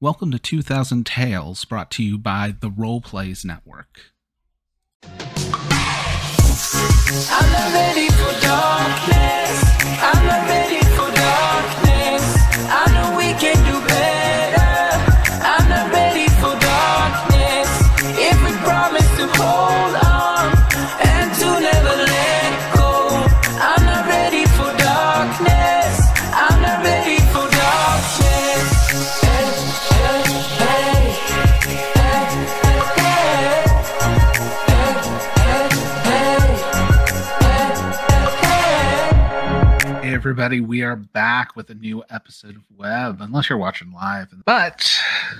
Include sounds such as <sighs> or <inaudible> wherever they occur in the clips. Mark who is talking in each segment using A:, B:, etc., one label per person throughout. A: Welcome to 2000 Tales, brought to you by the Roleplays Network.
B: I'm not ready for darkness. I'm not ready for darkness. I know we can do better. I'm not ready for darkness. If we promise to hold on and to never let go, I'm not ready for darkness. I'm not ready for darkness. Hey, hey, hey, hey, hey, hey.
A: Hey everybody, we are back with a new episode of Web, unless you're watching live. But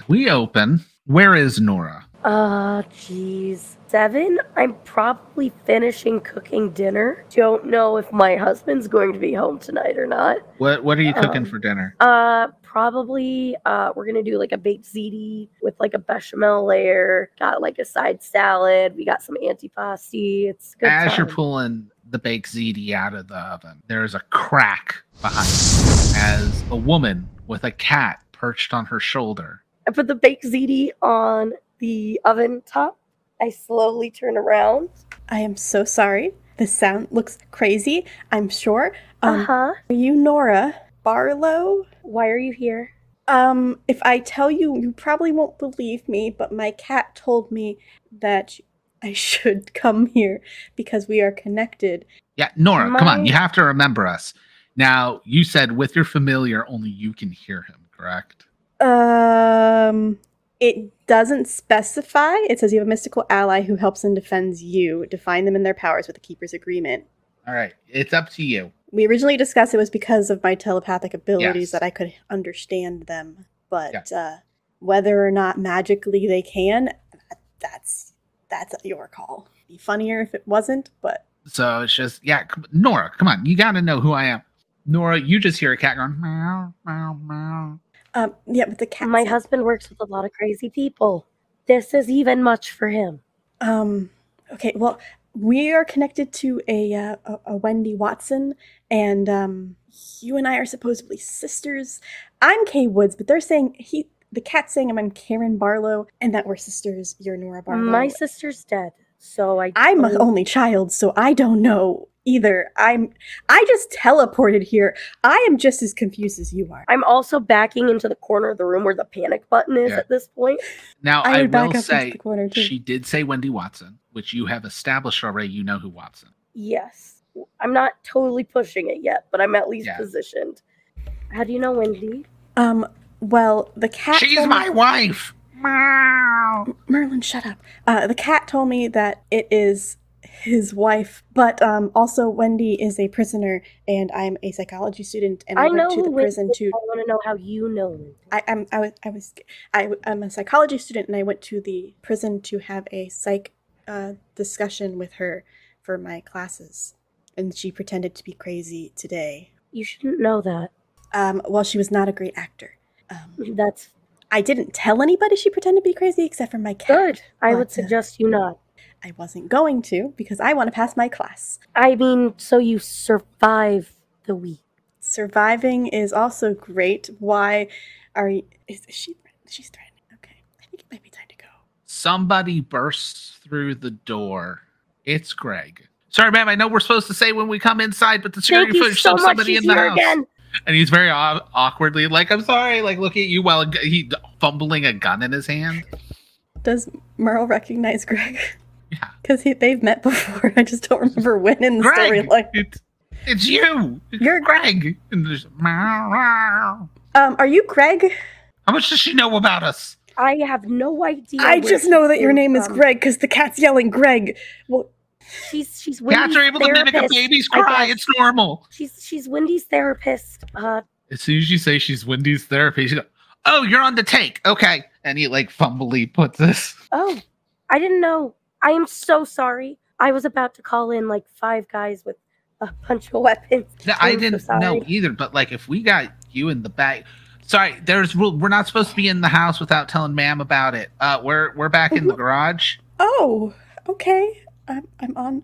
A: we open. Where is Nora?
C: Uh, jeez. Seven? I'm probably finishing cooking dinner. Don't know if my husband's going to be home tonight or not.
A: What What are you cooking
C: Um,
A: for dinner?
C: Uh, probably, uh, we're gonna do like a baked ziti with like a bechamel layer. Got like a side salad. We got some antipasti. It's a good.
A: As you're
C: time.
A: pulling the baked ziti out of the oven, there is a crack behind you as a woman with a cat perched on her shoulder.
C: I put the baked ziti on the oven top. I slowly turn around.
D: I am so sorry. This sound looks crazy, I'm sure. Um,
C: Uh huh.
D: Are you Nora Barlow?
C: Why are you here?
D: Um, if I tell you, you probably won't believe me, but my cat told me that I <laughs> should come here because we are connected.
A: Yeah, Nora, come on.
C: My-
A: You have to remember us. Now, you said with your familiar, only you can hear him, correct?
D: Um, it doesn't specify. It says you have a mystical ally who helps and defends you. Define them and their powers with the Keeper's Agreement.
A: All right, it's up to you.
D: We originally discussed it was because of my telepathic abilities
A: Yes.
D: that I could understand them, but uh, whether or not magically they can, that's that's your call. Be funnier if it wasn't, but
A: So it's just, yeah, c- Nora, come on. You got to know who I am. Nora, you just hear a cat going meow, meow, meow.
D: um, yeah, but the cat.
C: My husband works with a lot of crazy people. This is even much for him.
D: Um, okay, well, we are connected to a uh, a- a Wendy Watson, and um, you and I are supposedly sisters. I'm Kay Woods, but they're saying he. The cat's saying I'm Karen Barlow, and that we're sisters. You're Nora Barlow.
C: My sister's dead, so I.
D: I'm oh an
C: don't-
A: Oh.
D: only child, so I don't know either. I'm I just teleported here. I am just as confused as you are.
C: I'm also backing into the corner of the room where the panic button is
A: Yeah.
C: at this point.
A: Now,
D: I
A: I,
D: would back
A: will
D: up
A: say
D: into the corner too.
A: she did say Wendy Watson, which you have established already. You know who Watson.
C: Yes, I'm not totally pushing it yet, but I'm at least
A: Yeah.
C: positioned. How do you know Wendy?
D: um well the cat
A: She's
D: told
A: my
D: me-
A: wife. Meow.
D: Merlin, shut up. Uh the cat told me that it is his wife, but um also Wendy is a prisoner and I'm a psychology student and I,
C: I
D: went
C: know
D: to the
C: who Wendy
D: prison
C: is.
D: to
C: I want to know how you know Wendy.
D: I, I'm I was I was I, am a psychology student, and I went to the prison to have a psych uh, discussion with her for my classes, and she pretended to be crazy today.
C: you shouldn't know that.
D: Um, well, she was not a great actor. Um,
C: That's
D: I didn't tell anybody she pretended to be crazy except for my cat.
C: good. I would
D: But, uh,
C: suggest you not.
D: I wasn't going to because I want to pass my class.
C: I mean, so you survive the week.
D: Surviving is also great. Why are you? Is she? She's threatening. Okay, I think it might be time to go.
A: Somebody bursts through the door. It's Greg. Sorry, ma'am. I know we're supposed to say when we come inside, but the security
C: Thank you
A: footage
C: so
A: shows
C: much.
A: somebody
C: She's
A: in the
C: here
A: house.
C: again.
A: And he's very aw- awkwardly like, "I'm sorry," like looking at you while a gu- he fumbling a gun in his hand.
D: Does Merle recognize Greg?
A: <laughs> Yeah.
D: Because they've met before. <laughs> I just don't remember when in the
A: Greg,
D: storyline.
A: it's, it's you. It's
D: You're-
A: Greg. And there's meow, meow.
D: Um, are you Greg?
A: How much does she know about us?
C: I have no idea.
D: I
C: where
D: just
C: she
D: know that your
C: came
D: name is
C: from.
D: Greg because the cat's yelling Greg. Well,
C: She's she's Wendy's
A: Cats are able to
C: therapist.
A: mimic a baby's
C: I
A: cry.
C: guess.
A: It's normal.
C: She's she's Wendy's therapist. Uh,
A: As soon as you say she's Wendy's therapy, she's like, "Oh, you're on the take." Okay, and he like fumbly puts this.
C: oh, I didn't know. I am so sorry. I was about to call in like five guys with a bunch of <laughs> weapons.
A: No, I
C: I'm so
A: didn't know
C: sorry.
A: either. But like, if we got you in the back, sorry, there's rule. We're not supposed to be in the house without telling ma'am about it. Uh, we're we're back in the
C: Mhm.
A: garage.
D: oh, okay. I'm, I'm on.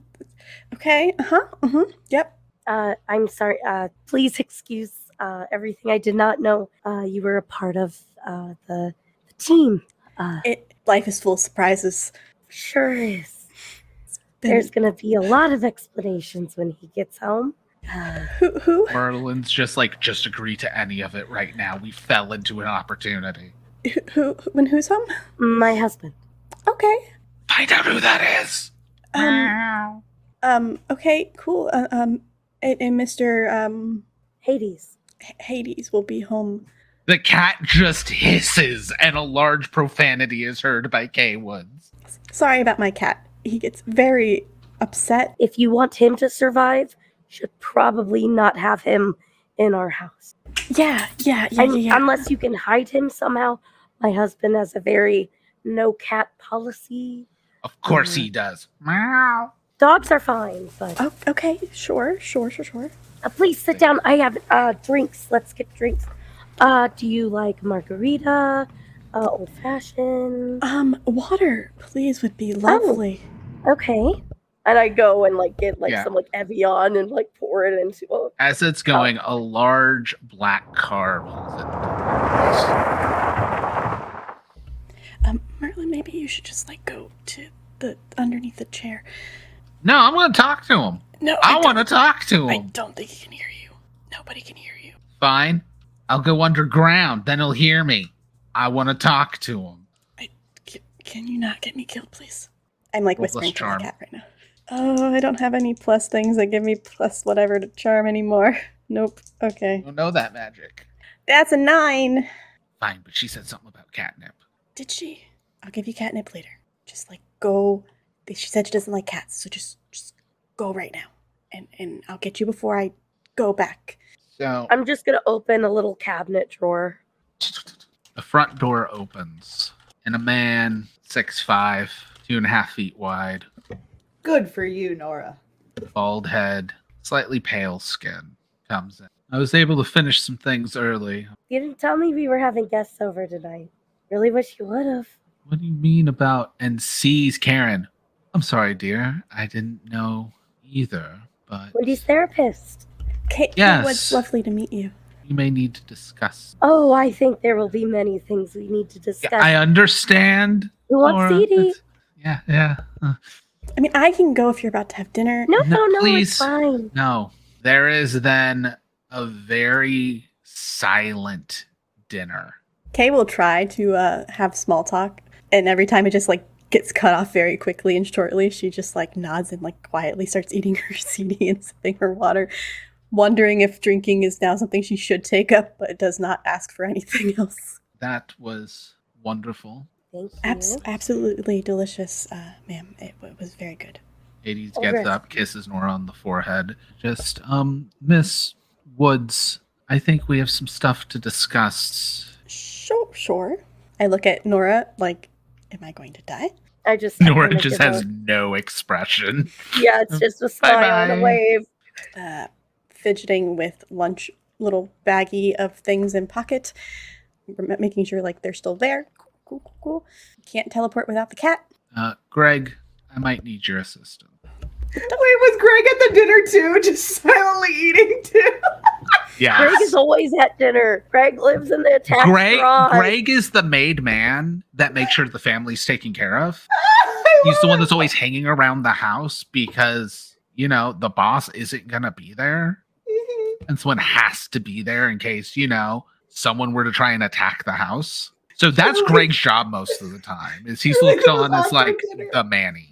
D: Okay. Uh huh. Uh huh. Yep.
C: Uh, I'm sorry. Uh, please excuse uh, everything I did not know uh, you were a part of uh, the team. Uh,
D: It, life is full of surprises.
C: sure is.
D: Then
C: There's going to be a lot of explanations when he gets home. Uh,
D: who, who,
A: Merlin's just like, just agree to any of it right now. We fell into an opportunity.
D: who, who, when who's home?
C: my husband.
D: Okay.
A: Find out who that is.
D: Um, um, okay, cool. Uh, um, and, and Mr. Um,
C: Hades.
D: H- Hades will be home.
A: The cat just hisses, and a large profanity is heard by K Woods.
D: Sorry about my cat. He gets very upset.
C: If you want him to survive, you should probably not have him in our house.
D: Yeah, yeah, yeah,
C: Un-
D: yeah. yeah.
C: Um, Unless you can hide him somehow. My husband has a very no cat policy.
A: Of course he
C: Mm.
A: does. Meow.
C: Dogs are fine, but
D: Oh, okay, sure, sure, sure, sure.
C: uh, please sit down. I have uh, drinks. Let's get drinks. Uh, do you like margarita? Uh, old fashioned?
D: Um, water, please, would be lovely.
C: Okay. And I go and like get like
A: Yeah.
C: some like Evian and like pour it into. Oh,
A: As it's going, a large black car pulls in.
D: Um, Merlin, maybe you should just like go to the underneath the chair.
A: No, I'm going to talk to him.
D: No,
A: I,
D: don't-
A: want to talk to
D: I
A: him.
D: don't think he can hear you. Nobody can hear you.
A: Fine. I'll go underground. Then he'll hear me. I want to talk to him.
D: Can, can you not get me killed, please? I'm like
A: Roll plus
D: whispering to the
A: charm.
D: cat right now. Oh, I don't have any plus things that give me plus whatever to charm anymore. <laughs> Nope.
A: You
D: Okay.
A: don't know that magic.
D: That's a nine.
A: Fine, but she said something about catnip.
D: Did she? I'll give you catnip later. Just like go. She said she doesn't like cats, so just just go right now, and and I'll get you before I go back.
A: So
C: I'm just gonna open a little cabinet drawer.
A: the front door opens, and a man, six five, two and a half feet wide,
E: Good for you, Nora.
A: bald head, slightly pale skin, comes in. I was able to finish some things early.
C: You didn't tell me we were having guests over tonight. Really wish you would have.
A: What do you mean about and sees Karen? I'm sorry, dear. I didn't know either, but
C: Wendy's therapist.
D: Kate, it
A: Yes.
D: was lovely to meet you.
A: you may need to discuss.
C: Oh, I think there will be many things we need to discuss.
A: Yeah, I understand.
C: Who wants
A: Laura,
C: CD?
A: that's- Yeah, yeah. uh,
D: I mean, I can go if you're about to have dinner.
C: No,
A: No,
C: no, no,
A: please.
C: it's fine.
A: No. There is then a very silent dinner.
D: Kay will try to uh, have small talk, and every time it just like gets cut off very quickly and shortly, she just like nods and like quietly starts eating <laughs> her CD and sipping her water, wondering if drinking is now something she should take up, but does not ask for anything <laughs> else.
A: That was wonderful.
C: Thank you.
D: Abs- absolutely delicious, uh, ma'am. It, w was very good.
A: Hades
C: Oh,
A: gets
C: rest.
A: up, kisses Nora on the forehead. Just, um, Miss Woods, I think we have some stuff to discuss.
D: Sure, sure. I look at Nora like, am I going to die?
C: I just I'm
A: <laughs> Nora
C: gonna
A: just
C: give
A: has
C: a-
A: no expression.
C: yeah, it's just a smile and
A: Bye-bye.
C: a wave.
D: uh, fidgeting with lunch little baggie of things in pocket, rem- making sure like they're still there. Cool, cool, cool, cool. Can't teleport without the cat.
A: Uh, Greg, I might need your assistance.
E: Wait, was Greg at the dinner too? <laughs> Just silently eating too?
A: Yeah.
C: Greg is always at dinner. Greg lives in the attached
A: Greg,
C: garage.
A: Greg is the made man that makes sure the family's taken care of. He's the one that's always hanging around the house because, you know, the boss isn't going to be there. And someone has to be there in case, you know, someone were to try and attack the house. So that's
E: Oh my-
A: Greg's job most of the time is he's
E: I think
A: looked
E: it was
A: on as
E: awkward
A: like
E: dinner.
A: the manny.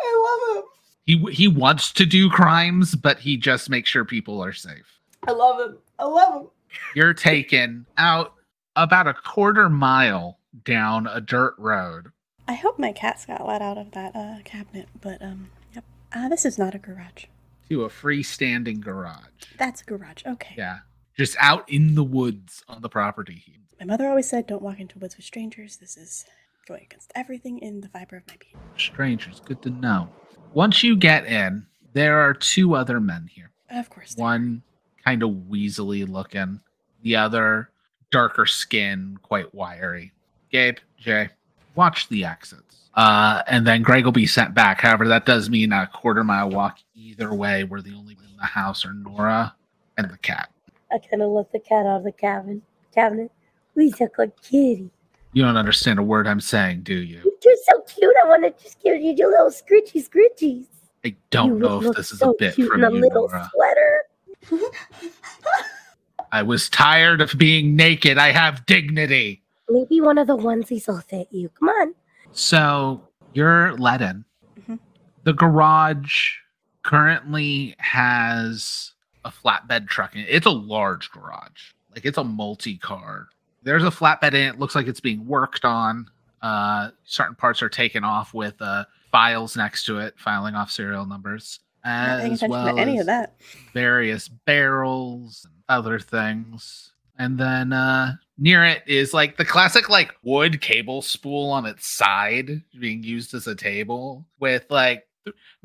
E: I love him.
A: He w- he wants to do crimes, but he just makes sure people are safe.
E: I love him. I love him.
A: You're taken out about a quarter mile down a dirt road
D: I hope my cats got let out of that uh, cabinet, but um, yep. Uh, this is not a garage.
A: to a freestanding garage.
D: That's a garage. Okay.
A: Yeah. Just out in the woods on the property.
D: My mother always said, "Don't walk into woods with strangers." This is going against everything in the fiber of my being.
A: Strangers, good to know. Once you get in, there are two other men here.
D: Of course.
A: One kind of weaselly looking, the other darker skin, quite wiry. Gabe, Jay, watch the exits. Uh, and then Greg will be sent back. However, that does mean a quarter mile walk either way. We're the only one in the house are Nora and the cat.
C: I kind of let the cat out of the cabin cabinet. We took like kitty.
A: You don't understand a word I'm saying, do you?
C: You're so cute. I want to just give you your little scritchy scritchies.
A: I don't
C: you
A: know
C: would
A: if
C: look
A: this is
C: so
A: a bit
C: cute
A: from
C: in a
A: you,
C: little
A: Nora.
C: sweater.
A: I was tired of being naked. I have dignity.
C: Maybe one of the onesies will fit you. Come on.
A: So you're let in.
D: Mhm.
A: The garage currently has a flatbed truck in it. It's a large garage. Like it's a multi-car. There's a flatbed in it. it looks like it's being worked on. Uh, certain parts are taken off with uh, files next to it, filing off serial numbers.
D: Not paying
A: As
D: attention
A: well
D: to any
A: as-
D: of that.
A: various barrels and other things. And then uh near it is like the classic like wood cable spool on its side being used as a table with like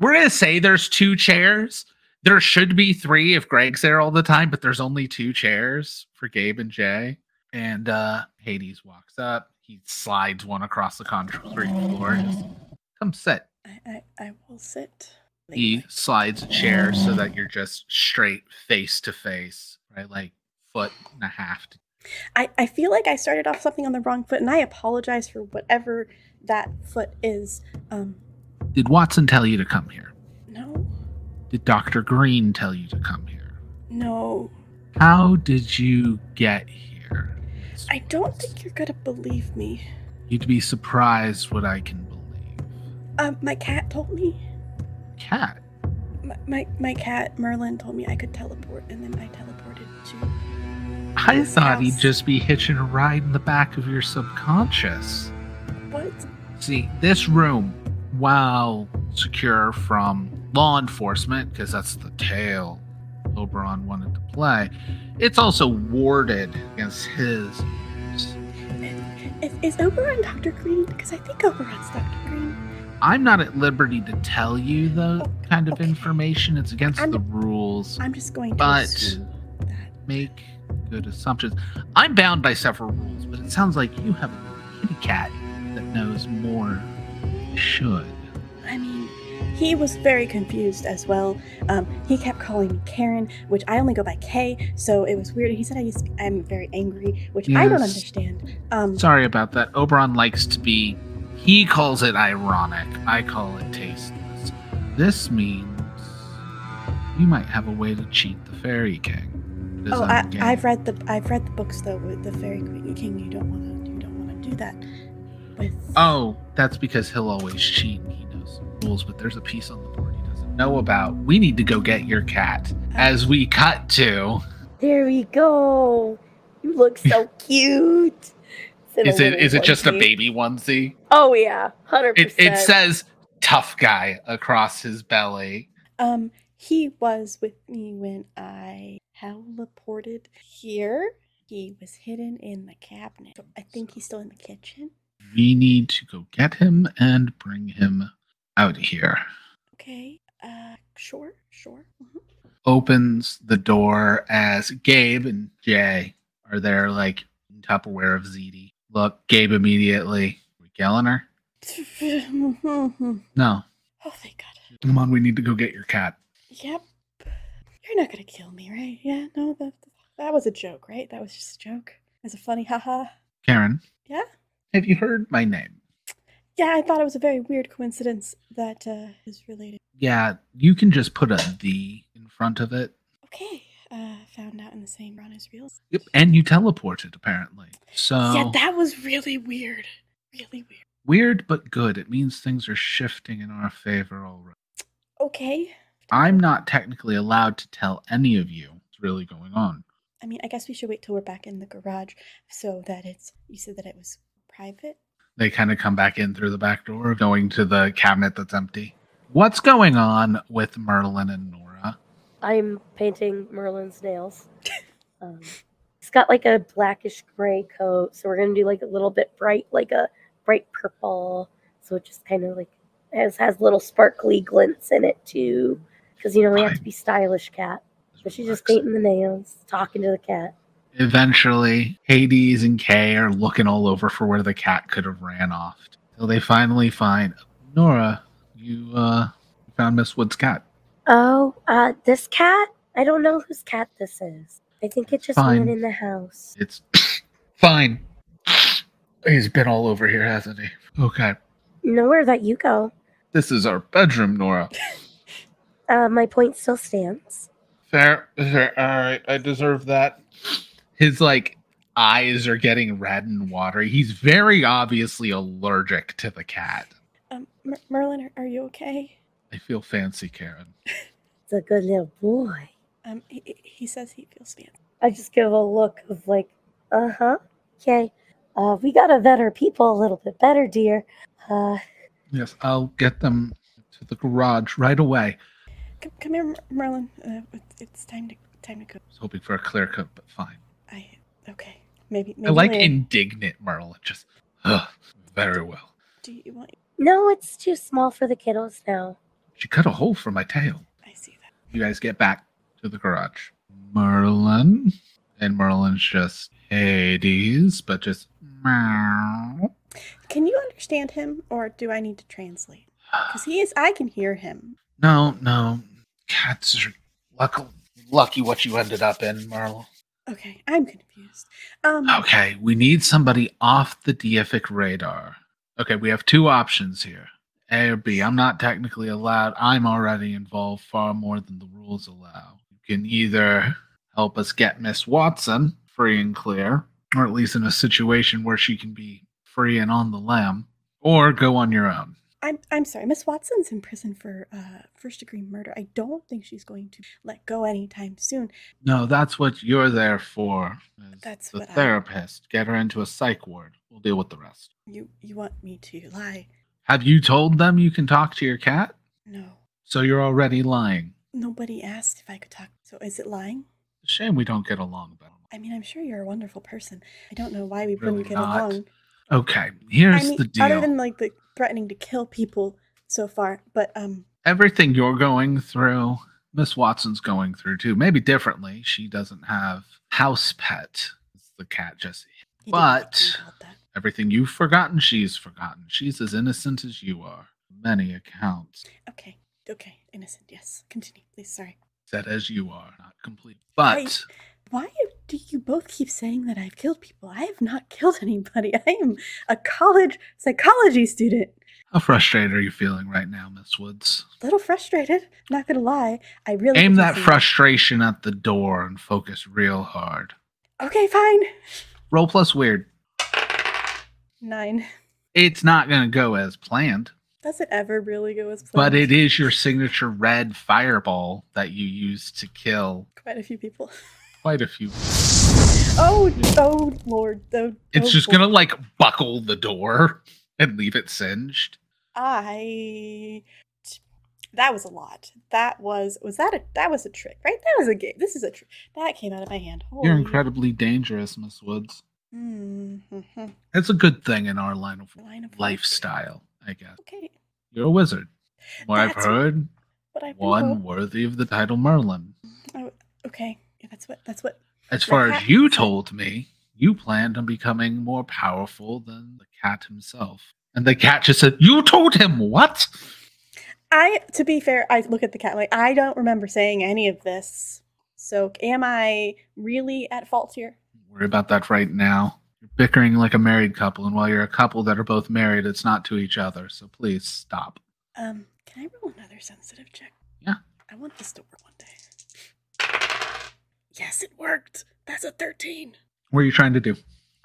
A: we're gonna say there's two chairs. There should be three if Greg's there all the time, but there's only two chairs for Gabe and Jay. And uh Hades walks up, he slides one across the concrete floor. and just, Come sit
D: I, I, I will sit.
A: he slides a chair so that you're just straight face to face, right? Like foot and a half. to-
D: I, I feel like I started off something on the wrong foot, and I apologize for whatever that foot is. Um,
A: Did Watson tell you to come here?
D: no,
A: Did Dr. Green tell you to come here?
D: no.
A: How did you get here?
D: I don't think you're gonna believe me.
A: You'd be surprised what I can believe.
D: Um, my cat told me.
A: Cat,
D: My, my, my cat, Merlin, told me I could teleport, and then I teleported to.
A: I
D: This
A: thought he'd
D: house.
A: just be hitching a ride in the back of your subconscious.
D: What?
A: See, this room, while secure from law enforcement, because that's the tale Oberon wanted to play, it's also warded against his. ears.
D: Is, is Oberon Dr. Green? Because I think Oberon's Dr. Green.
A: I'm not at liberty to tell you the kind of
D: Okay.
A: information. It's against
D: I'm-
A: the rules.
D: I'm just going to
A: But-
D: assume that.
A: Make good assumptions. I'm bound by several rules, but it sounds like you have a little kitty cat that knows more than you should.
D: I mean, he was very confused as well. Um, he kept calling me Karen, which I only go by K, so it was weird. He said I used to, I'm very angry, which I don't
A: Yes.
D: understand. Um,
A: Sorry about that. Oberon likes to be. He calls it ironic. I call it tasteless. This means you might have a way to cheat the Fairy King. It is
D: oh, I,
A: ungainly.
D: I've read the I've read the books though with the Fairy Queen and King. You don't want to you don't want to do that with.
A: Oh, that's because he'll always cheat. He knows the rules, but there's a piece on the board he doesn't know about. We need to go get your cat.
D: Oh.
A: As we cut to,
C: There we go. You
A: <laughs>
C: look so cute.
A: is
C: It's in a
A: it
C: little
A: is it just a
C: onesie.
A: baby onesie?
C: Oh yeah, hundred
A: It
C: percent.
A: it says tough guy across his belly.
D: Um, he was with me when I teleported here. He was hidden in the cabinet. So I think he's still in the kitchen.
A: we need to go get him and bring him out here.
D: Okay. Uh, sure, sure. mhm.
A: Opens the door as Gabe and Jay are there, like Tupperware of ZD. Look, Gabe immediately. We killing her?
D: oh,
A: No.
D: thank God.
A: Come on, we need to go get your cat.
D: Yep. You're not gonna kill me, right? Yeah. No, that that was a joke, right? That was just a joke. It's a funny, haha.
A: Karen.
D: Yeah?
A: Have you heard my name?
D: Yeah, I thought it was a very weird coincidence that uh, is related.
A: Yeah, you can just put a the in front of it.
D: Okay. Uh, found out in the same run as reels.
A: Yep. And you teleported, apparently. So
D: Yeah, that was really weird. Really weird.
A: weird but good. It means things are shifting in our favor already.
D: Okay.
A: I'm not technically allowed to tell any of you what's really going on.
D: I mean, I guess we should wait till we're back in the garage so that it's. You said that it was private.
A: They kind of come back in through the back door, going to the cabinet that's empty. What's going on with Merlin and Nora?
C: I'm painting Merlin's nails. Um, he's got like a blackish gray coat, so we're gonna do like a little bit bright, like a bright purple. So it just kind of like has has little sparkly glints in it too, because you know we have to be stylish cat. But she's just painting the nails, talking to the cat.
A: Eventually, Hades and Kay are looking all over for where the cat could have ran off. Till they finally find Nora. You uh, found Miss Wood's cat.
C: Oh, uh, this cat? I don't know whose cat this is. I think it just
A: Fine. <coughs>
C: went in the house.
A: It's fine. He's been all over here, hasn't he? Okay.
C: Nowhere that you go.
A: This is our bedroom, Nora.
C: Uh, my point still stands.
A: Fair, fair. All right, I deserve that. His like eyes are getting red and watery. He's very obviously allergic to the cat.
D: Um, Mer- Merlin, are, are you okay?
A: I feel fancy, Karen.
C: It's a good little boy.
D: Um, he, he- he says he feels fancy.
C: I just give a look of like, uh huh, okay. Uh, we gotta vet our people a little bit better, dear. Uh,
A: Yes, I'll get them to the garage right away.
D: Come, come here, Mer- Merlin. Uh, it's- it's time to time to go.
A: I was hoping for a clear cut, but fine.
D: I okay. Maybe. maybe
A: I like
D: later.
A: indignant Merlin. Just ugh, very well.
D: Do you want?
C: no, it's too small for the kiddos now.
A: She cut a hole for my tail.
D: I see that.
A: You guys get back to the garage. Merlin and Merlin's just Hades, but just meow.
D: Can you understand him, or do I need to translate? Because he is. I can hear him.
A: No, no, cats are lucky. Lucky what you ended up in, Merle.
D: Okay, I'm confused. Um,
A: Okay, we need somebody off the deific radar. Okay, we have two options here. A or B. I'm not technically allowed. I'm already involved far more than the rules allow. You can either help us get Miss Watson free and clear, or at least in a situation where she can be free and on the lam, or go on your own.
D: I'm I'm sorry. Miss Watson's in prison for uh first degree murder. I don't think she's going to let go anytime soon.
A: No, that's what you're there for. is
D: That's
A: the
D: what I-
A: therapist. Get her into a psych ward. We'll deal with the rest.
D: You you want me to lie?
A: Have you told them you can talk to your cat?
D: No.
A: So you're already lying.
D: Nobody asked if I could talk. So is it lying?
A: Shame we don't get along better.
D: I mean, I'm sure you're a wonderful person. I don't know why we
A: Really
D: wouldn't get
A: not.
D: along.
A: Okay, here's
D: I mean,
A: the deal.
D: other than like the threatening to kill people so far, but um,
A: Everything you're going through, Miss Watson's going through too. Maybe differently. She doesn't have house pet. It's the cat just
D: he didn't
A: But-
D: think about that.
A: everything you've forgotten, she's forgotten. She's as innocent as you are. Many accounts
D: okay, okay, innocent. Yes, continue, please. Sorry.
A: said as you are, not complete. But
D: Why do you both keep saying that I've killed people? I have not <laughs> killed anybody. I am a college psychology student.
A: how frustrated are you feeling right now, Miss Woods?
D: A little frustrated, not gonna lie. I really
A: Aim
D: could
A: that
D: use-
A: frustration at the door and focus real hard.
D: Okay, fine.
A: Roll plus weird.
D: Nine.
A: It's not going to go as planned.
D: Does it ever really go as planned?
A: But it is your signature red fireball that you use to kill
D: quite a few people.
A: quite a few.
D: Oh, oh lord. Oh,
A: It's
D: oh,
A: just
D: Lord.
A: going to like buckle the door <laughs> and leave it singed.
D: I that was a lot. That was was that a that was a trick, right? That was a game. This is a trick. That came out of my hand.
A: You're incredibly dangerous, Miss Woods.
D: Mm-hmm.
A: That's a good thing in our line of
D: Line of work.
A: lifestyle, I guess.
D: Okay,
A: You're a wizard. From What I've
D: That's-
A: heard,
D: what I've been
A: one
D: told-
A: worthy of the title Merlin.
D: Okay, yeah, that's what that's what.
A: As
D: That
A: far as
D: cat-
A: you told me, you planned on becoming more powerful than the cat himself. And the cat just said, You told him what?
D: I to be fair, I look at the cat like I don't remember saying any of this. So am I really at fault here?
A: Don't worry about that right now. You're bickering like a married couple, and while you're a couple that are both married, it's not to each other. So please stop.
D: Um, can I roll another sensitive check?
A: Yeah.
D: I want this to work one day. Yes, it worked. That's a thirteen.
A: What are you trying to do?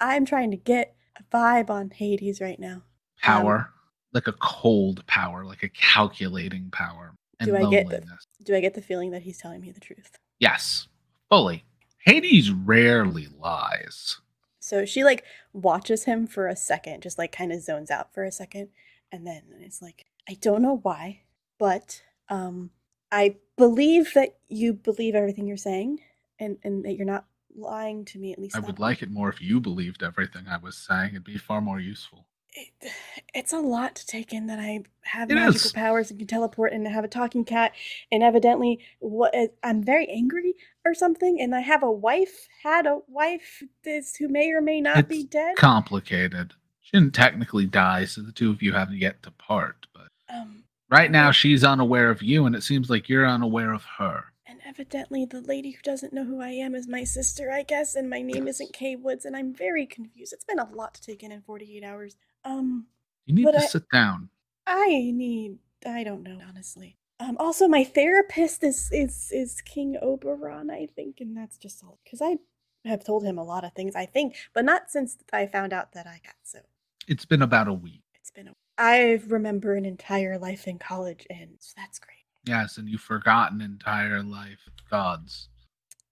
D: I'm trying to get a vibe on Hades right now.
A: Power,
D: Um,
A: like a cold power, like a calculating power, and
D: Do I get
A: loneliness.
D: the- Do I get the feeling that he's telling me the truth?
A: Yes, fully. Hades rarely lies.
D: So she like watches him for a second, just like kind of zones out for a second, and then it's like, I don't know why, but um I believe that you believe everything you're saying and and that you're not lying to me at least.
A: I
D: not-
A: would like it more if you believed everything I was saying. It'd be far more useful.
D: It, <sighs> it's a lot to take in that I have
A: It
D: magical
A: is.
D: powers and can teleport and have a talking cat and evidently what I'm very angry or something and I have a wife had a wife this who may or may not be
A: It's
D: dead.
A: Complicated. She didn't technically die, so the two of you haven't yet to part. But
D: um
A: right now, she's unaware of you, and it seems like you're unaware of her.
D: and Evidently, the lady who doesn't know who I am is my sister, I guess, and my name
A: Yes.
D: isn't Kay Woods, and I'm very confused. It's been a lot to take in in 48 hours. Um,
A: You need
D: But
A: to
D: I-
A: sit down.
D: I need. I don't know, honestly. Um, also, my therapist is is is King Oberon, I think, and that's just all because I have told him a lot of things, I think, but not since I found out that I got so.
A: It's been about a week.
D: It's been. A, I remember an entire life in college, and so that's great.
A: Yes, and you've forgotten entire life. Gods.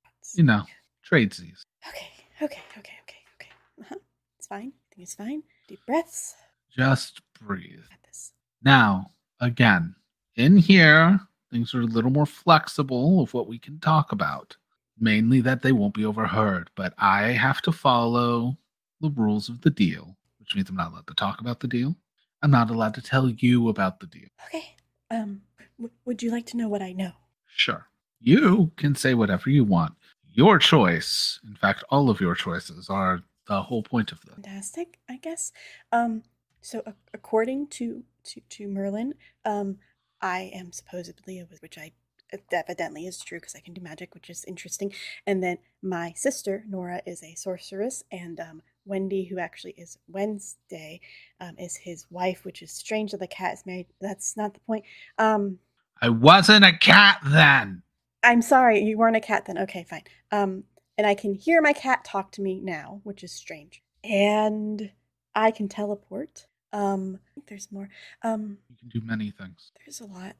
D: That's-
A: You know, tradesies.
D: Okay, okay, okay, okay, okay. Uh-huh. It's fine. I think it's fine. Deep breaths.
A: Just breathe.
D: Got this.
A: Now, again, in here, things are a little more flexible of what we can talk about. Mainly that they won't be overheard, but I have to follow the rules of the deal, which means I'm not allowed to talk about the deal. I'm not allowed to tell you about the deal.
D: Okay. Um, w- would you like to know what I know?
A: Sure. You can say whatever you want. Your choice, in fact, all of your choices are the whole point of this.
D: Fantastic, I guess. Um, so a- according to to to Merlin, um, I am supposedly a witch, which I evidently is true because I can do magic, which is interesting. And then my sister Nora is a sorceress, and um, Wendy, who actually is Wednesday, um, is his wife, which is strange that the cat is married. That's not the point. Um,
A: I wasn't a cat then.
D: I'm sorry, you weren't a cat then. Okay, fine. Um, and I can hear my cat talk to me now, which is strange. And I can teleport. Um, I think there's more. Um,
A: You can do many things.
D: there's a lot.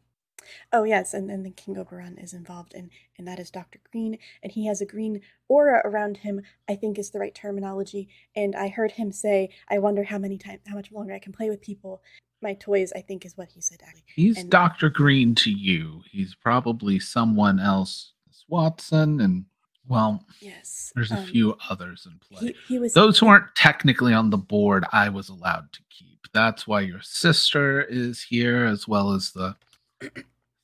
D: Oh yes, and then the King Oberon is involved in, and that is Doctor Green, and he has a green aura around him. I think is the right terminology. And I heard him say, "I wonder how many times, how much longer I can play with people." My toys, I think, is what he said. Actually,
A: He's
D: And-
A: Dr. Green to you. He's probably someone else. Miss Watson, and well,
D: yes.
A: there's a
D: um,
A: few others in play.
D: He, he was
A: Those who aren't technically on the board, I was allowed to keep. That's why your sister is here, as well as the <clears throat>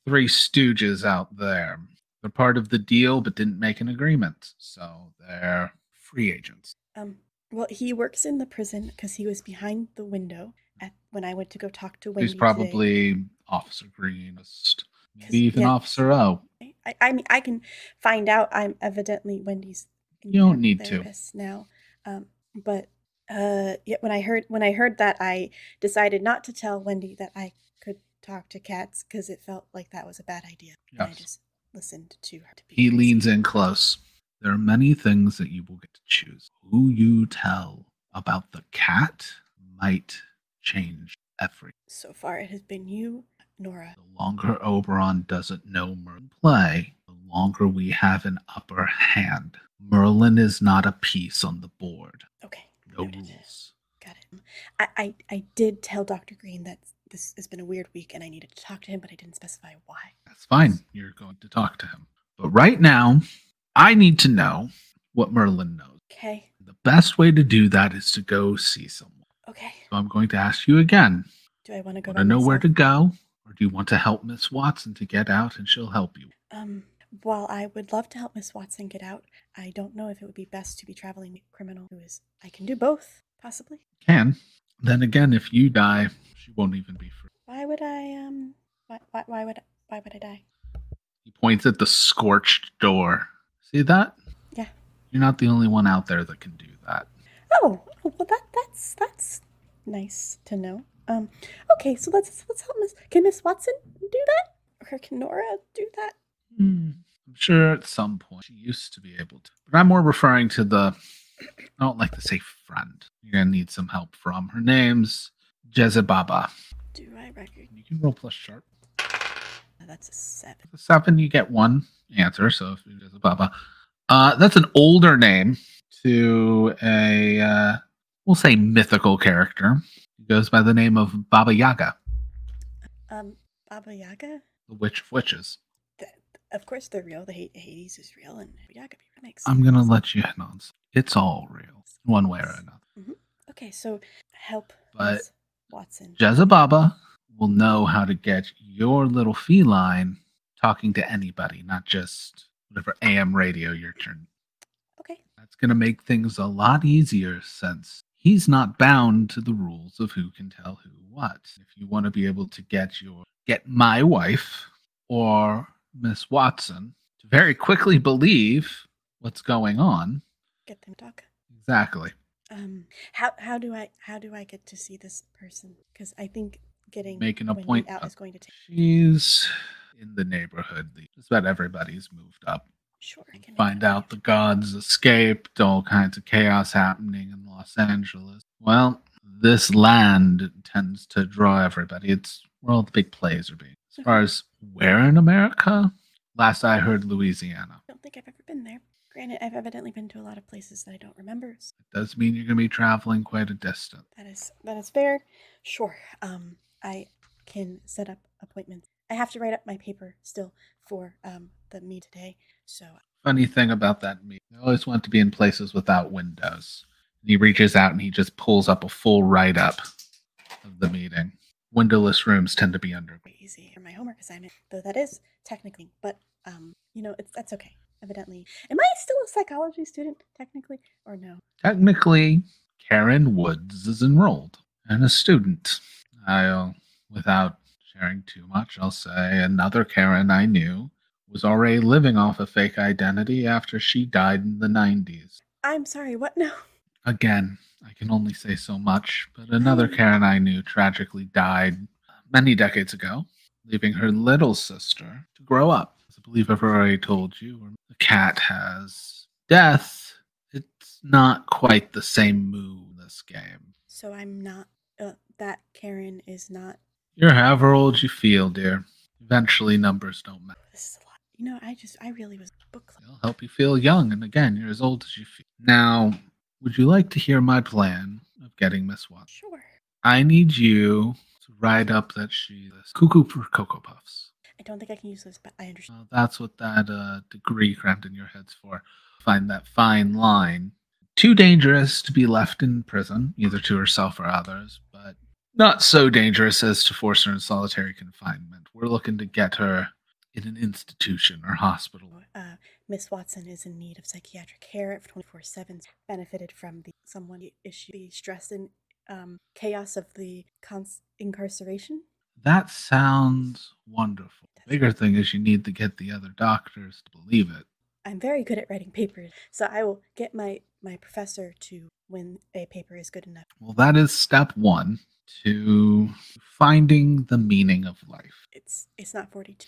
A: three stooges out there. They're part of the deal, but didn't make an agreement. So they're free agents.
D: Um, well, he works in the prison because he was behind the window at when I went to go talk to Wendy.
A: There's
D: today.
A: probably Officer Green, just-
D: 'Cause-
A: maybe even
D: yeah.
A: Officer O.
D: I, I mean, I can find out. I'm evidently Wendy's.
A: You don't need to.
D: therapist now. Um, but uh, yeah, when I heard when I heard that, I decided not to tell Wendy that I could talk to cats because it felt like that was a bad idea. And I
A: Yes.
D: just listened to her. To be
A: He
D: crazy.
A: leans in close. There are many things that you will get to choose. Who you tell about the cat might change everything.
D: So far, it has been you, Nora.
A: The longer Oberon doesn't know Merlin play, the longer we have an upper hand. Merlin is not a piece on the board.
D: Okay.
A: No
D: noted.
A: rules.
D: Got it. I, I, I did tell Dr. Green that this has been a weird week and I needed to talk to him, but I didn't specify why.
A: That's fine. You're going to talk to him. But right now, I need to know what Merlin knows.
D: Okay.
A: The best way to do that is to go see someone.
D: Okay.
A: So I'm going to ask you again.
D: Do I want to go?
A: Want
D: by
A: to know where to
D: myself?
A: go, or do you want to help Miss Watson to get out and she'll help you?
D: Um, while I would love to help Miss Watson get out, I don't know if it would be best to be traveling with a criminal who is. I can do both, possibly.
A: Can. Then again, if you die, she won't even be free.
D: Why would I? Um, why, why, why would why would I die?
A: He points at the scorched door. See that?
D: Yeah.
A: You're not the only one out there that can do that.
D: Oh, well that that's that's nice to know. Um, okay, so let's let's help Miss. Can Miss Watson do that, or can Nora do that?
A: I'm sure at some point she used to be able to. But I'm more referring to the, I don't like to say friend. You're going to need some help from. Her name's Jezebaba.
D: Do I recognize?
A: You can roll plus sharp.
D: Oh, That's a seven.
A: the seven, you get one answer. So if it is a Baba, uh, that's an older name to a uh, we'll say mythical character. He goes by the name of Baba Yaga,
D: Um, Baba Yaga.
A: the witch of witches.
D: Of course, they're real. The Ha- Hades is real, and Yaga be- makes.
A: I'm gonna
D: sense.
A: let you in on. s- It's all real, one way or another.
D: Okay, so help
A: But-
D: Miss Watson.
A: Jezebaba will know how to get your little feline talking to anybody, not just whatever AM radio you're turning.
D: okay,
A: That's going to make things a lot easier since he's not bound to the rules of who can tell who what. If you want to be able to get your get my wife or Miss Watson to very quickly believe what's going on.
D: Get them dog.
A: Exactly.
D: Um, how how do I how do I get to see this person? Because I think getting
A: Make an
D: Wendy
A: appoint-
D: out is going to take.
A: She's in the neighborhood. Just about everybody's moved up.
D: Sure, I can make
A: Find
D: that
A: out the
D: work.
A: gods escaped, all kinds of chaos happening in Los Angeles. Well, this land tends to draw everybody. It's where all the big plays are being. As far as where in America, last I heard, Louisiana.
D: I don't think I've ever been there. Granted, I've evidently been to a lot of places that I don't remember. so
A: It does mean you're going to be traveling quite a distance.
D: that is that is fair. Sure. Um, I can set up appointments. I have to write up my paper still for um the me today. So
A: Funny thing about that meeting, I always want to be in places without windows. And he reaches out and he just pulls up a full write up of the meeting. Windowless rooms tend to be under.
D: very easy for my homework assignment, though that is technically. But um, you know, it's that's okay. Evidently, am I still a psychology student technically, or no?
A: Technically, Karen Woods is enrolled and a student. I'll, without sharing too much, I'll say another Karen I knew was already living off a fake identity after she died in the 90s.
D: I'm sorry. What? No.
A: again, I can only say so much, but another Karen I knew tragically died many decades ago, leaving her little sister to grow up. As I believe I've already told you, the cat has death. It's not quite the same move this game.
D: <laughs> So I'm not. Uh, that Karen is not.
A: You're however old you feel, dear. Eventually, numbers don't matter.
D: This is a lot. You know, I just I really was book club.
A: It'll help you feel young, and again, you're as old as you feel. Now, would you like to hear my plan of getting Miss Watson?
D: Sure.
A: I need you to write up that she's cuckoo for Cocoa Puffs.
D: I don't think I can use those, but I understand.
A: Uh, that's what that uh, degree crammed in your head's for. Find that fine line. Too dangerous to be left in prison, either to herself or others, but not so dangerous as to force her in solitary confinement. We're looking to get her in an institution or hospital.
D: Uh, Miss Watson is in need of psychiatric care of 24 7, benefited from the someone issue, the stress and um, chaos of the cons- incarceration.
A: That sounds wonderful. Bigger thing is you need to get the other doctors to believe it.
D: I'm very good at writing papers, so I will get my, my professor to when a paper is good enough.
A: Well, that is step one to finding the meaning of life.
D: It's it's not 42.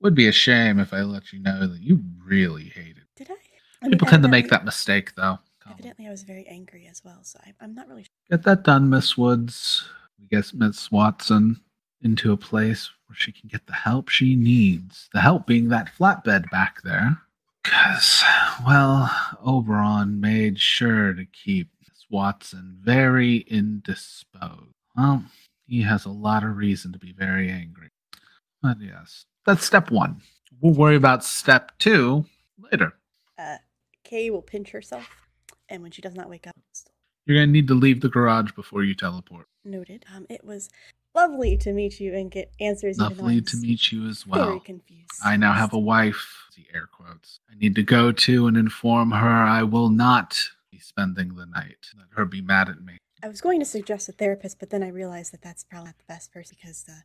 A: Would be a shame if I let you know that you really hate it.
D: Did I? I mean,
A: People tend to make that
D: evidently-
A: mistake, though. Colin.
D: Evidently, I was very angry as well, so I, I'm not really sure.
A: Get that done, Miss Woods. We guess Miss Watson into a place where she can get the help she needs. The help being that flatbed back there. Because, well, Oberon made sure to keep Miss Watson very indisposed. Well, he has a lot of reason to be very angry. But yes, that's step one. We'll worry about step two later.
D: Uh, Kay will pinch herself, and when she does not wake up, still
A: You're going to need to leave the garage before you teleport.
D: Noted. Um, it was lovely to meet you and get answers. even though I
A: Lovely to
D: was
A: meet you as
D: Very
A: well.
D: confused.
A: I now have a wife, the air quotes, I need to go to and inform her I will not be spending the night. Let her be mad at me.
D: I was going to suggest a therapist, but then I realized that that's probably not the best person because, uh,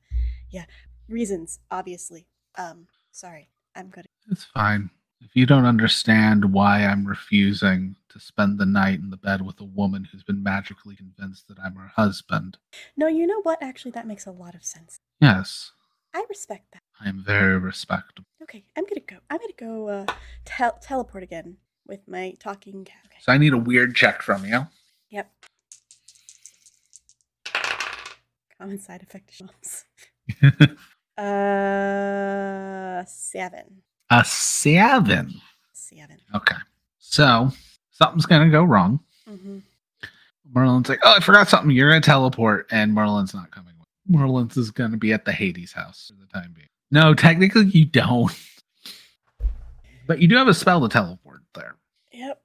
D: yeah, reasons obviously. Um, sorry, I'm good.
A: It's fine. If you don't understand why I'm refusing to spend the night in the bed with a woman who's been magically convinced that I'm her husband,
D: No, you know what? Actually, that makes a lot of sense.
A: yes,
D: I respect that.
A: I am very respectable.
D: Okay, I'm gonna go. I'm gonna go uh, tel- teleport again with my talking cat. Okay.
A: So I need a weird check from you.
D: Yep. Common side effect of moms.
A: <laughs>
D: Uh, seven.
A: a seven.
D: Seven.
A: Okay. So something's going to go wrong.
D: Mm-hmm.
A: Merlin's like, oh, I forgot something. You're gonna teleport, and Merlin's not coming. with Merlin's is gonna be at the Hades house for the time being. No, technically you don't, <laughs> but you do have a spell to teleport there.
D: Yep.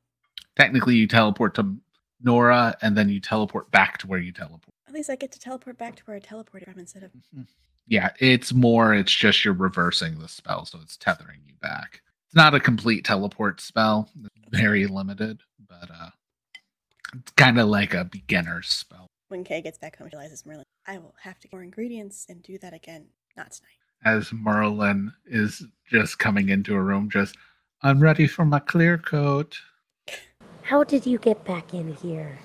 A: Technically, you teleport to Nora, and then you teleport back to where you teleport.
D: At least I get to teleport back to where I teleported from instead of.
A: Yeah, it's more. It's just you're reversing the spell, so it's tethering you back. It's not a complete teleport spell. It's very limited, but uh, it's kind of like a beginner's spell.
D: When Kay gets back home, she realizes Merlin. I will have to get more ingredients and do that again. Not tonight.
A: as Merlin is just coming into a room, just, I'm ready for my clear coat.
C: How did you get back in here?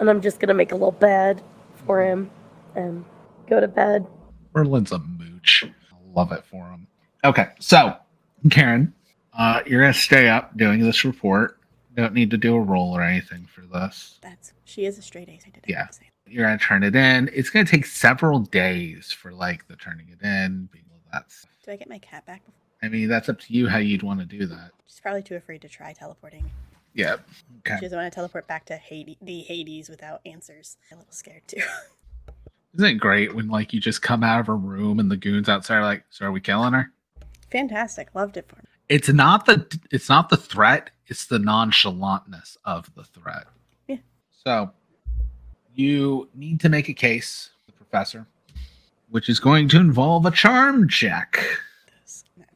C: And I'm just gonna make a little bed for him and go to bed.
A: Merlin's a mooch. Love it for him. Okay, so Karen, uh, you're gonna stay up doing this report. Don't need to do a roll or anything for this.
D: That's she is a straight A. so I did have
A: Yeah.
D: to say that.
A: You're gonna turn it in. It's gonna take several days for like the turning it in. being all that stuff.
D: Do I get my cat back? Before?
A: I mean, that's up to you how you'd want to do that.
D: She's probably too afraid to try teleporting.
A: Yeah.
D: She
A: Okay.
D: doesn't want to teleport back to Hades, the Hades without answers. I'm a little scared too. <laughs>
A: Isn't it great when like you just come out of a room and the goons outside are like, "So are we killing her?"
D: Fantastic. Loved it for me.
A: It's not the it's not the threat. It's the nonchalantness of the threat.
D: Yeah.
A: So you need to make a case, the professor, which is going to involve a charm check.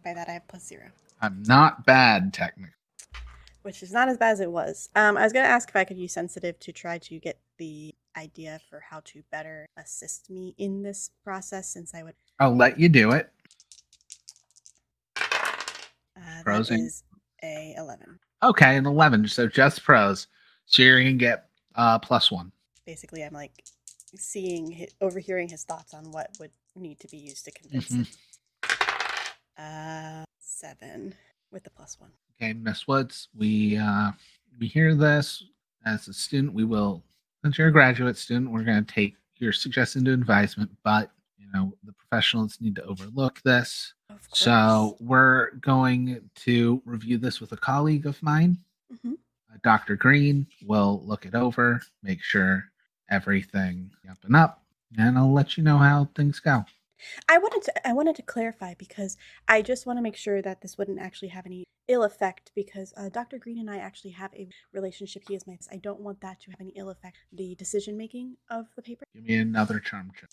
D: By that, I have plus zero,
A: I'm not bad technically.
D: which is not as bad as it was. Um, I was going to ask if I could use sensitive to try to get the idea for how to better assist me in this process since I would.
A: I'll let you do it.
D: Uh, that
A: Frozen.
D: is a 11.
A: Okay, an eleven. So just pros. So you're gonna get uh plus one.
D: Basically, I'm like seeing, hi- overhearing his thoughts on what would need to be used to convince
A: Mm-hmm.
D: him. Uh, seven with the plus one.
A: Okay, Miss Woods, we uh, we hear this as a student. We will, since you're a graduate student, we're going to take your suggestion to advisement. But you know, the professionals need to overlook this.
D: Of course.
A: So we're going to review this with a colleague of mine,
D: Mhm.
A: uh, Dr. Green. will look it over, make sure everything up and up, and I'll let you know how things go.
D: I wanted to I wanted to clarify because I just want to make sure that this wouldn't actually have any ill effect because uh, Dr. Green and I actually have a relationship. He is my I don't want that to have any ill effect the decision making of the paper.
A: Give me another charm check.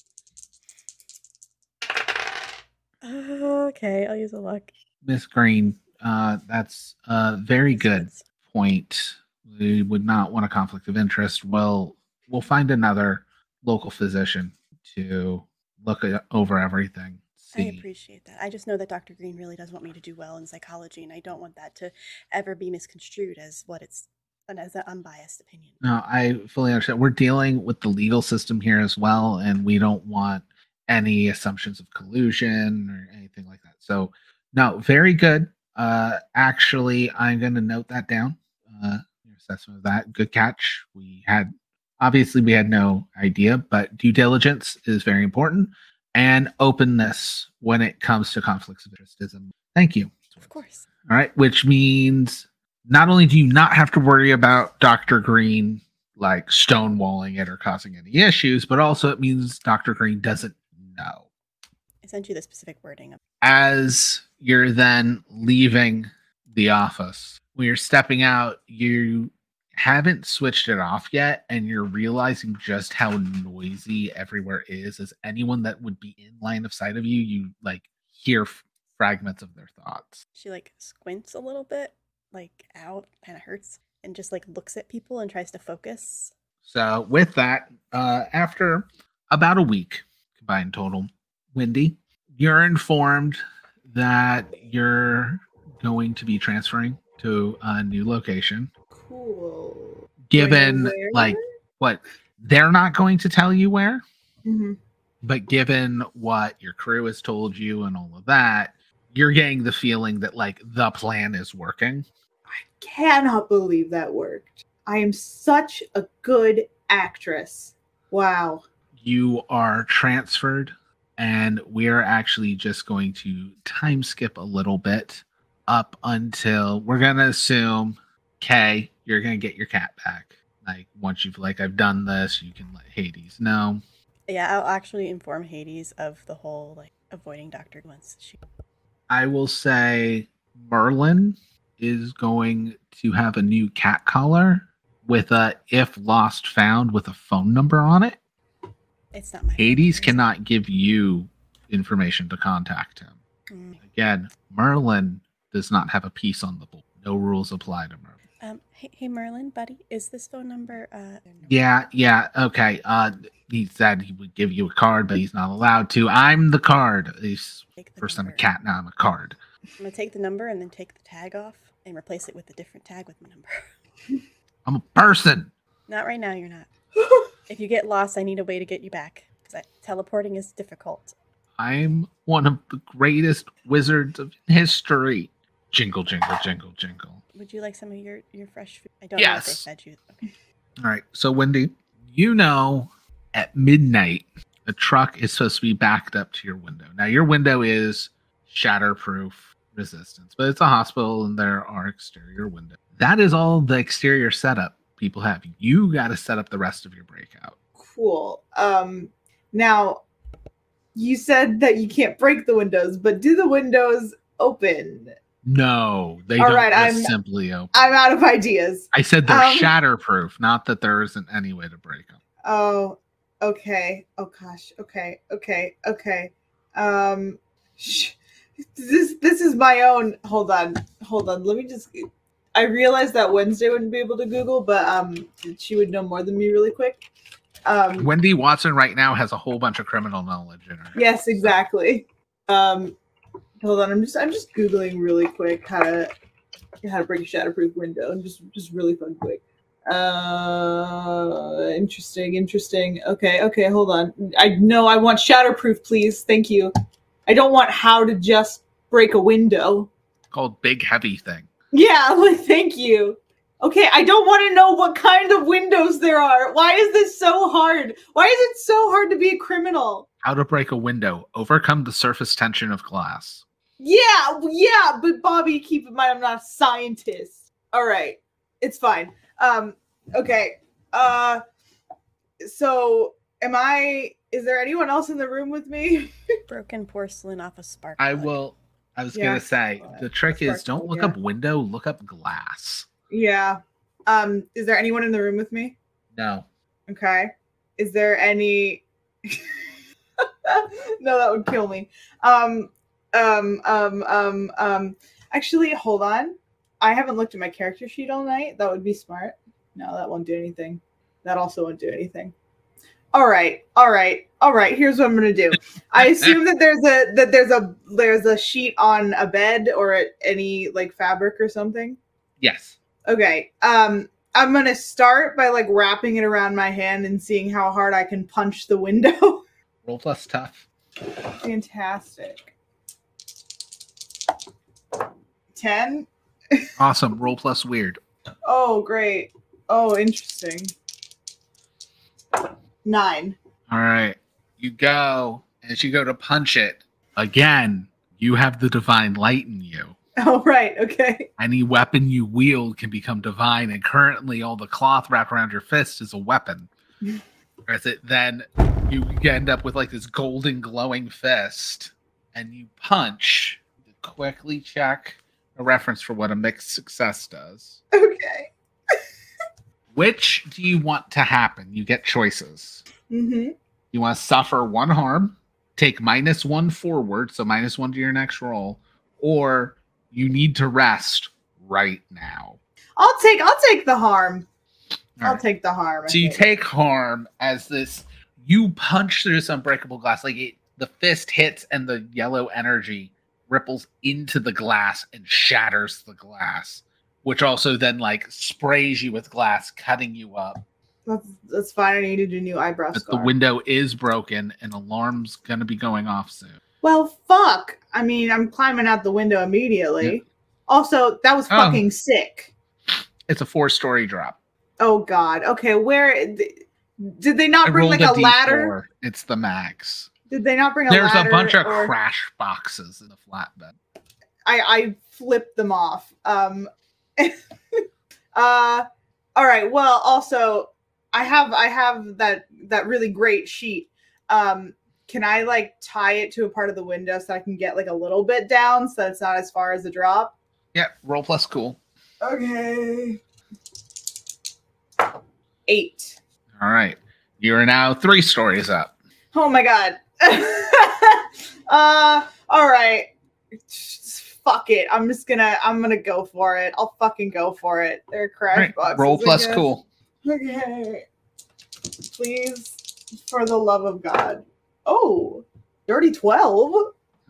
D: Okay, I'll use a luck.
A: Miss Green, uh, that's uh, very good. point we would not want a conflict of interest well we'll find another local physician to look a- over everything
D: I
A: see
D: appreciate that. I just know that Dr. Green really does want me to do well in psychology, and I don't want that to ever be misconstrued as what it's and as an unbiased opinion.
A: no i fully understand we're dealing with the legal system here as well and we don't want any assumptions of collusion or anything like that so no very good uh actually i'm going to note that down uh your assessment of that good catch we had obviously we had no idea but due diligence is very important and openness when it comes to conflicts of interest is im- thank you
D: Of course.
A: all right, which means not only do you not have to worry about Dr. Green like stonewalling it or causing any issues, but also it means Dr. Green doesn't know.
D: I sent you the specific wording of
A: As you're then leaving the office, when you're stepping out, you haven't switched it off yet, and you're realizing just how noisy everywhere is. As anyone that would be in line of sight of you, you like hear f- fragments of their thoughts.
D: She like squints a little bit, like out, kind of hurts, and just like looks at people and tries to focus.
A: So with that, uh, after about a week combined total, Wendy, you're informed that you're going to be transferring to a new location.
E: Cool.
A: Given
E: Where?
A: like what they're not going to tell you where,
E: Mhm.
A: but given what your crew has told you and all of that, you're getting the feeling that like the plan is working.
E: Cannot believe that worked. I am such a good actress. Wow.
A: you are transferred and we're actually just going to time skip a little bit up until we're going to assume Kay, you're going to get your cat back. Like once you've like I've done this, you can let Hades know.
D: Yeah, I'll actually inform Hades of the whole like avoiding Doctor once she.
A: I will say Merlin is going to have a new cat collar with a if lost found with a phone number on it.
D: It's not my.
A: Hades
D: fault,
A: cannot give you information to contact him.
D: Mm.
A: Again, Merlin does not have a piece on the board. No rules apply to Merlin.
D: Um. Hey, hey, Merlin, buddy, is this phone number? Uh.
A: Yeah, yeah, okay. Uh he said he would give you a card, but he's not allowed to. I'm the card. He's
D: Take the
A: first I'm a
D: number.
A: cat, now I'm a card.
D: I'm gonna take the number and then take the tag off and replace it with a different tag with my number. <laughs>
A: I'm a person.
D: Not right now.
A: <laughs>
D: You're not. if you get lost, I need a way to get you back. 'cause I- teleporting is difficult.
A: I'm one of the greatest wizards of history. Jingle, jingle, jingle, jingle.
D: Would you like some of your your fresh food? I don't know if they
A: Yes.
D: fed you. Okay.
A: All right. So, Wendy, you know at midnight, the truck is supposed to be backed up to your window. Now, your window is shatterproof resistance, but it's a hospital and there are exterior windows. That is all the exterior setup people have. You got to set up the rest of your breakout.
E: Cool. Um, now, you said that you can't break the windows, but do the windows open?
A: No, they
E: All
A: don't
E: right,
A: just
E: I'm-
A: simply open.
E: I'm out of ideas.
A: I said they're
E: um,
A: shatterproof, not that there isn't any way to break them.
E: Oh, okay. Oh gosh. Okay. Okay. Okay. Um, sh- this this is my own. Hold on. Hold on. Let me just. I realized that Wednesday wouldn't be able to Google, but um, she would know more than me really quick. Um,
A: Wendy Watson right now has a whole bunch of criminal knowledge in her.
E: yes, exactly. Um, hold on. I'm just I'm just googling really quick how to how to break a shatterproof window and just just really fun quick. Uh, interesting, interesting. Okay, okay, hold on. I know I want shatterproof, please. Thank you. I don't want how to just break a window.
A: Called big heavy thing.
E: Yeah, <laughs> like, thank you. Okay, I don't want to know what kind of windows there are. Why is this so hard? Why is it so hard to be a criminal?
A: How to break a window, overcome the surface tension of glass.
E: Yeah, yeah, but Bobby, keep in mind I'm not a scientist. All right. It's fine. Um okay. Uh so am I is there anyone else in the room with me? <laughs>
D: Broken porcelain off a spark.
A: I
D: plug.
A: will. I was
E: Yeah.
A: gonna say the trick
E: That's
A: is don't
E: sparkle,
A: look
E: yeah.
A: up window, look up glass.
E: Yeah. Um is there anyone in the room with me?
A: No,
E: Okay. Is there any <laughs> No, that would kill me. Um um um um um actually hold on. I haven't looked at my character sheet all night. That would be smart. No, that won't do anything. That also won't do anything. All right. All right. All right. Here's what I'm going to do. I assume that there's a that there's a there's a sheet on a bed or at any like fabric or something.
A: yes,
E: Okay. Um I'm going to start by like wrapping it around my hand and seeing how hard I can punch the window. <laughs>
A: roll plus tough.
E: Fantastic. 10.
A: Awesome, roll plus weird.
E: Oh, great. Oh, interesting. <laughs> 9.
A: All right, you go as you go to punch it again. You have the divine light in you.
E: Oh, right. Okay. <laughs>
A: Any weapon you wield can become divine, and currently, all the cloth wrapped around your fist is a weapon. As it then, you end up with like this golden glowing fist, and you punch. Quickly check a reference for what a mixed success does.
E: Okay.
A: Which do you want to happen? You get choices.
E: Mm-hmm.
A: You want to suffer one harm, take minus one forward, so minus one to your next roll, or you need to rest right now.
E: I'll take I'll take the harm.
A: All
E: I'll
A: right.
E: take the harm. I
A: So you
E: think.
A: take harm as this you punch through this unbreakable glass. Like it, the fist hits and the yellow energy ripples into the glass and shatters the glass, which also then like sprays you with glass, cutting you up.
E: that's, that's fine. I needed a new eyebrow
A: But the
E: scar.
A: window is broken and alarm's gonna be going off soon.
E: well, fuck. I mean, I'm climbing out the window immediately. Also, that was
A: Oh.
E: fucking sick.
A: It's a four story drop.
E: Oh god. Okay, where did they not
A: I
E: bring like a,
A: rolled
E: ladder?
A: D4. It's the max.
E: Did they not bring a
A: There's
E: ladder?
A: a bunch of
E: or-
A: crash boxes in the flatbed.
E: I I flipped them off. Um <laughs> uh all right. Well, also I have I have that that really great sheet. Um can I like tie it to a part of the window so I can get like a little bit down so it's not as far as the drop?
A: Yeah, roll plus cool.
E: Okay. 8.
A: All right. You're now three stories up.
E: Oh my god. <laughs> uh all right. Fuck it. I'm just gonna I'm gonna go for it. I'll fucking go for it. They're crash
A: All right,
E: boxes.
A: Roll
E: I
A: plus
E: guess.
A: cool.
E: Okay. Please for the love of God. Oh, dirty 12?
A: All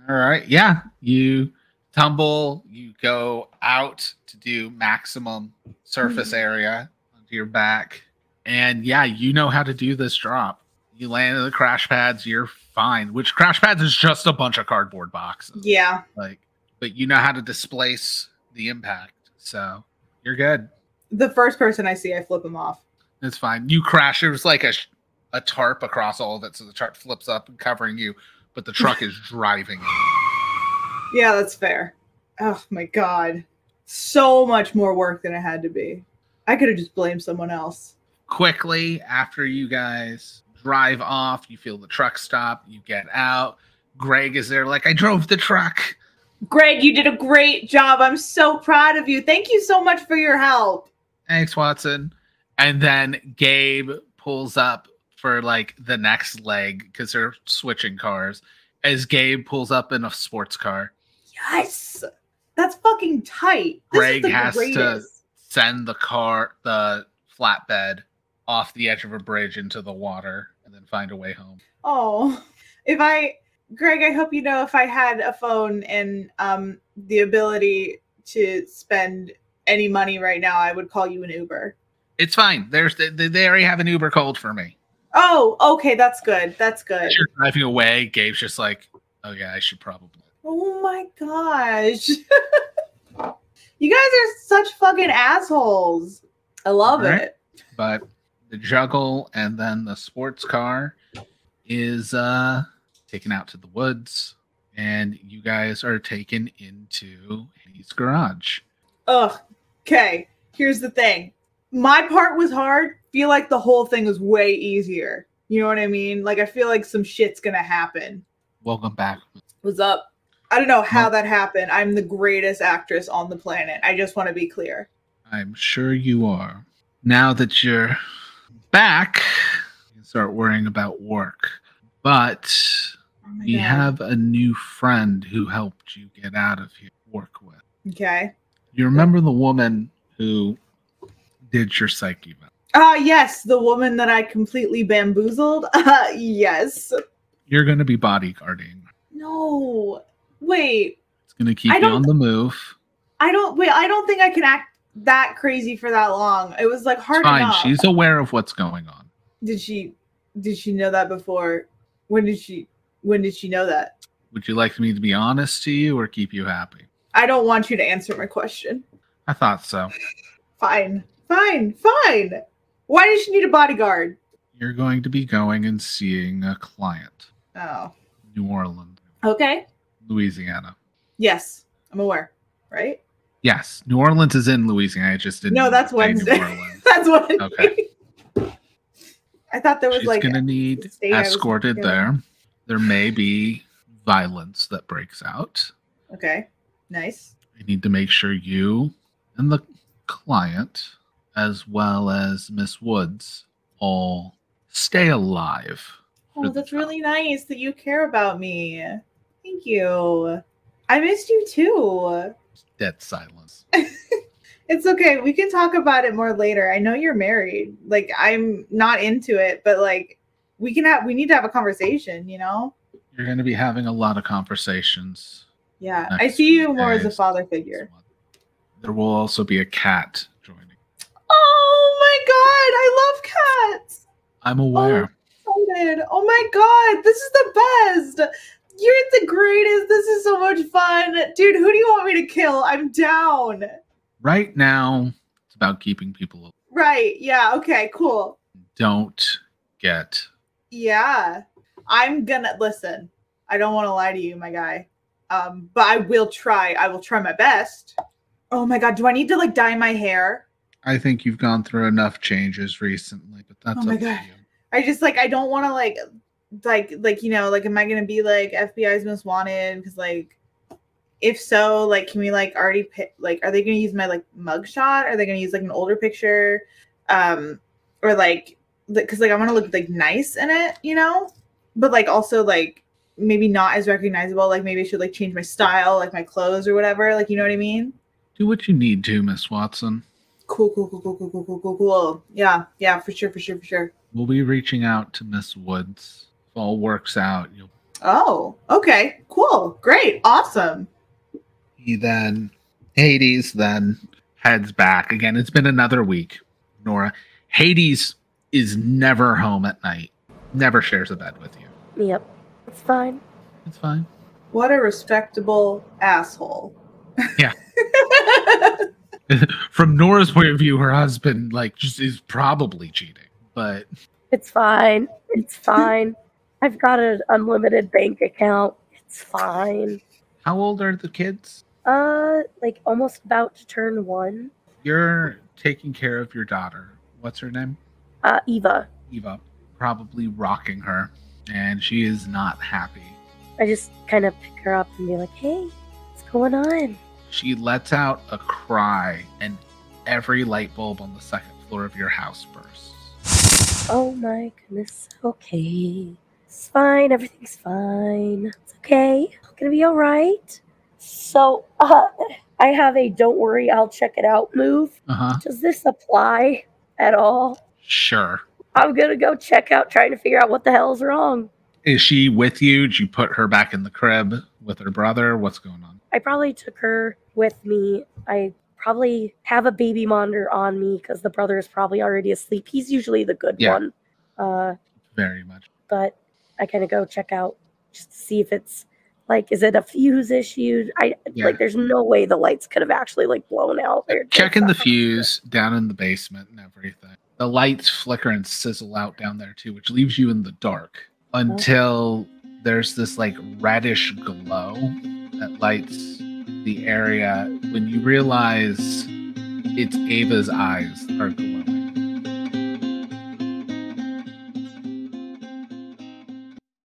A: right. Yeah. You tumble, you go out to do maximum surface area onto your back. And yeah, you know how to do this drop. You land in the crash pads, you're fine, which crash pads is just a bunch of cardboard boxes.
E: Yeah.
A: Like, but you know how to displace the impact. So you're good.
E: The first person I see, I flip him off.
A: It's fine. You crash. There's like a, sh- a tarp across all of it. So the tarp flips up and covering you, but the truck is driving it.
E: Yeah, that's fair. Oh my God. So much more work than it had to be. I could have just blamed someone else.
A: quickly after you guys drive off you feel the truck stop you get out greg is there like i drove the truck
E: Greg, you did a great job. I'm so proud of you. Thank you so much for your help.
A: thanks watson and then gabe pulls up for like the next leg because they're switching cars as gabe pulls up in a sports car
E: Yes. That's fucking tight. This
A: Greg
E: is the
A: has to-
E: greatest.
A: send the car the flatbed off the edge of a bridge into the water and then find a way home
E: Oh, if I, Greg, I hope you know if I had a phone and um, the ability to spend any money right now, I would call you an Uber.
A: it's fine there's they, they already have an uber cold for me
E: Oh, okay, that's good. That's good.
A: as you're driving away, Gabe's just like, "Oh yeah, I should probably."
E: Oh my gosh. <laughs> you guys are such fucking assholes. I love
A: Right?
E: it.
A: But the juggle and then the sports car is uh taken out to the woods, and you guys are taken into Hades' garage.
E: Ugh. Okay, here's the thing. My part was hard. Feel like the whole thing was way easier. You know what I mean? Like I feel like some shit's gonna happen.
A: Welcome back.
E: What's up? I don't know how
A: Nope.
E: that happened. I'm the greatest actress on the planet. I just want to be clear.
A: I'm sure you are. Now that you're back, you can start worrying about work. But
E: Oh my
A: we
E: God.
A: have a new friend who helped you get out of here. Work with.
E: okay.
A: You remember the woman who did your psyche event?
E: Ah, yes, the woman that I completely bamboozled. <laughs> Uh, yes.
A: You're going to be bodyguarding.
E: No. Wait.
A: It's going to keep
E: I
A: you
E: don't-
A: on the move.
E: I don't wait, I don't think I can act that crazy for that long. It was like
A: It's
E: hard
A: fine.
E: enough.
A: She's aware of what's going on.
E: did she did she know that before? When did she when did she know that?
A: Would you like me to be honest to you or keep you happy?
E: I don't want you to answer my question.
A: I thought so.
E: Fine. Fine. Fine. Why does she need a bodyguard?
A: You're going to be going and seeing a client,
E: Oh.
A: New Orleans,
E: Okay.
A: Louisiana.
E: Yes, I'm aware. Right?
A: Yes, New Orleans is in Louisiana. I just didn't.
E: No, that's
A: say
E: Wednesday. <laughs>
A: New Orleans.
E: That's what I
A: Okay.
E: mean. I thought there was
A: She's
E: like
A: going to need
E: state I was
A: escorted
E: thinking
A: there. There may be violence that breaks out.
E: Okay. Nice.
A: I need to make sure you and the client, as well as Miss Woods, all stay alive. for
E: Oh,
A: the
E: that's
A: job.
E: really nice that you care about me. Thank you. I missed you too.
A: Dead silence.
E: It's okay. We can talk about it more later. I know you're married. Like I'm not into it, but like we can have we need to have a conversation, you know?
A: You're going to be having a lot of conversations.
E: Yeah. I
A: Nice.
E: see you more as a
A: Nice.
E: father figure.
A: There will also be a cat joining.
E: Oh my god, I love cats.
A: I'm aware.
E: excited. Oh my god, this is the best. You're the greatest. This is so much fun. Dude, who do you want me to kill? I'm down.
A: Right now, it's about keeping people. alive.
E: Right. Yeah. Okay, cool.
A: Don't get.
E: Yeah. I'm gonna listen. I don't want to lie to you, my guy. Um, but I will try. I will try my best. Oh my god, do I need to like dye my hair?
A: I think you've gone through enough changes recently, but that's
E: Oh my
A: up
E: God.
A: to you.
E: I just like I don't want to like like like you know like am I gonna be like FBI's most wanted because like if so like can we like already pi- like are they gonna use my like mugshot are they gonna use like an older picture um or like because like I want to look like nice in it you know but like also like maybe not as recognizable like maybe I should like change my style like my clothes or whatever like you know what I mean
A: Do what you need to, Miss Watson.
E: Cool, cool, cool, cool, cool, cool, cool, cool, cool. Yeah, yeah, for sure, for sure, for sure.
A: We'll be reaching out to Miss Woods. If all works out, you'll
E: Oh, okay, cool, great, awesome.
A: he then Hades then heads back again. It's been another week. Nora Hades is never home at night. Never shares a bed with you.
C: Yep. It's fine.
A: It's fine.
E: What a respectable asshole. <laughs>
A: Yeah. From Nora's point of view, her husband like just is probably cheating, but
C: It's fine. <laughs> It's fine. I've got an unlimited bank account. It's fine.
A: How old are the kids?
C: Uh, like almost about to turn one.
A: You're taking care of your daughter. What's her name?
C: Uh, Eva.
A: Eva. Probably rocking her, and she is not happy.
C: I just kind of pick her up and be like, "Hey, what's going on?"
A: She lets out a cry, and every light bulb on the second floor of your house bursts.
C: Oh my goodness. Okay. It's fine. Everything's fine. It's okay. It's gonna be all right. So, uh, I have a "Don't worry, I'll check it out" move.
A: Uh huh.
C: Does this apply at all?
A: Sure.
C: I'm gonna go check out, trying to figure out what the hell's wrong.
A: Is she with you? Did you put her back in the crib with her brother? What's going on?
C: I probably took her with me. I probably have a baby monitor on me because the brother is probably already asleep. He's usually the good
A: Yeah.
C: one. Uh,
A: Very much.
C: but I kind of go check out just to see if it's like, is it a fuse issue? I
A: Yeah.
C: like, there's no way the lights could have actually like blown out. They're just
A: Checking the
C: not-
A: fuse down in the basement and everything. The lights flicker and sizzle out down there too, which leaves you in the dark until there's this like reddish glow that lights the area when you realize it's Ava's eyes are glowing.